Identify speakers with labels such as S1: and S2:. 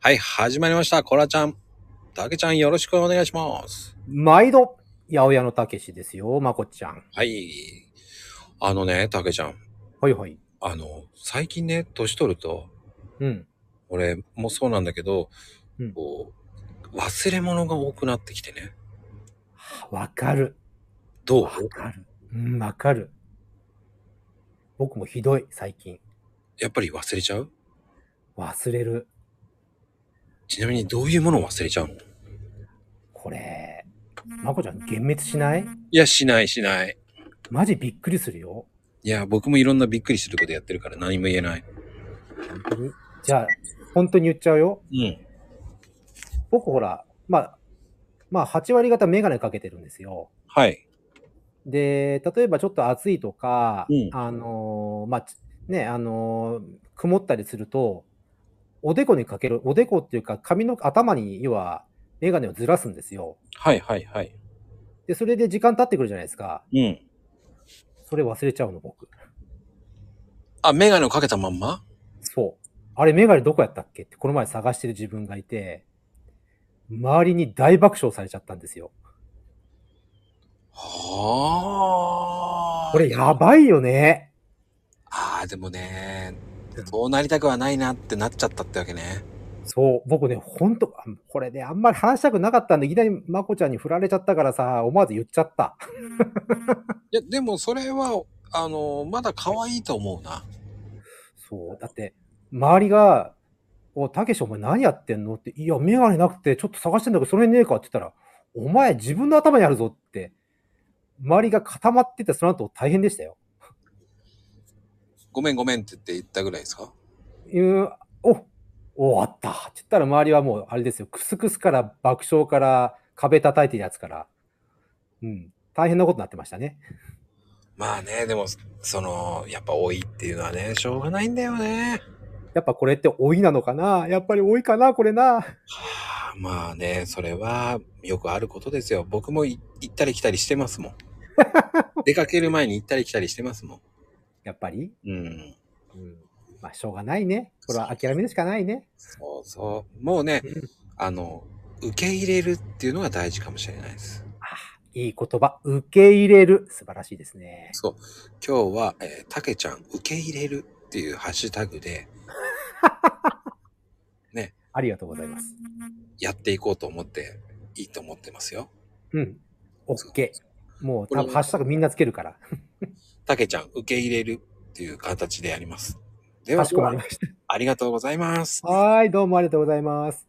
S1: はい、始まりました。コラちゃん。たけちゃん、よろしくお願いします。
S2: 毎度、八百屋のたけしですよ、まこちゃん。
S1: はい。あのね、たけちゃん。
S2: はいはい。
S1: あの、最近ね、年取ると、
S2: うん。
S1: 俺もそうなんだけど、
S2: うん
S1: こう、忘れ物が多くなってきてね。
S2: わかる。
S1: どう
S2: わかる。うん、わかる。僕もひどい、最近。
S1: やっぱり忘れちゃう
S2: 忘れる。
S1: ちなみにどういうものを忘れちゃうのい
S2: これ、まこちゃん、幻滅しない
S1: や、しないしない。
S2: マジびっくりするよ。
S1: いや、僕もいろんなびっくりすることやってるから何も言えない。
S2: 本当にじゃあ、本当に言っちゃうよ。
S1: うん。
S2: 僕ほら、まあ、まあ、8割方メガネかけてるんですよ。
S1: はい。
S2: で、例えばちょっと暑いとか、
S1: うん
S2: あのーまあ、ちね、あのー曇ったりすると、おでこにかける、おでこっていうか、髪の頭に、要は、メガネをずらすんですよ。
S1: はいはいはい。
S2: で、それで時間経ってくるじゃないですか。
S1: うん。
S2: それ忘れちゃうの、僕。
S1: あ、メガネをかけたまんま
S2: そう。あれ、メガネどこやったっけって、この前探してる自分がいて、周りに大爆笑されちゃったんですよ。
S1: はあ。
S2: これ、やばいよね。
S1: ああ、でもね、そうなりたくはないなってなっちゃったってわけね。
S2: そう、僕ね、ほんと、あこれね、あんまり話したくなかったんで、いきなりまこちゃんに振られちゃったからさ、思わず言っちゃった。
S1: いや、でもそれは、あの、まだ可愛いと思うな。
S2: そう、だって、周りが、お、たけし、お前何やってんのって、いや、メガネなくて、ちょっと探してんだけど、それねえかって言ったら、お前、自分の頭にあるぞって、周りが固まってて、その後大変でしたよ。
S1: ごめんごめんって言って言ったぐらいですか
S2: いう、お、終わったって言ったら、周りはもう、あれですよ、クスクスから爆笑から、壁叩いてるやつから、うん、大変なことになってましたね。
S1: まあね、でも、その、やっぱ多いっていうのはね、しょうがないんだよね。
S2: やっぱこれって老いなのかなやっぱり老いかなこれな。
S1: はあまあね、それはよくあることですよ。僕もい行ったり来たりしてますも ん。出かける前に行ったり来たりしてますも
S2: やっぱり、
S1: ん。うん。
S2: うん、まあしょうがないね。これは諦めるしかないね。
S1: そうそう。もうね、あの、受け入れるっていうのが大事かもしれないです。
S2: いい言葉、受け入れる。素晴らしいですね。
S1: そう。今日は、えーたけちゃん受け入れるっていうハッシュタグで
S2: ありがとうございます。
S1: やっていこうと思って、いいと思ってますよ。
S2: うん。OK。もう
S1: これ
S2: 多分ハッシュタグみんなつけるから。
S1: たけちゃん受け入れるっていう形でやります。で
S2: か
S1: は
S2: しこまりまし
S1: ありがとうございます。
S2: た。はーい、どうもありがとうございます。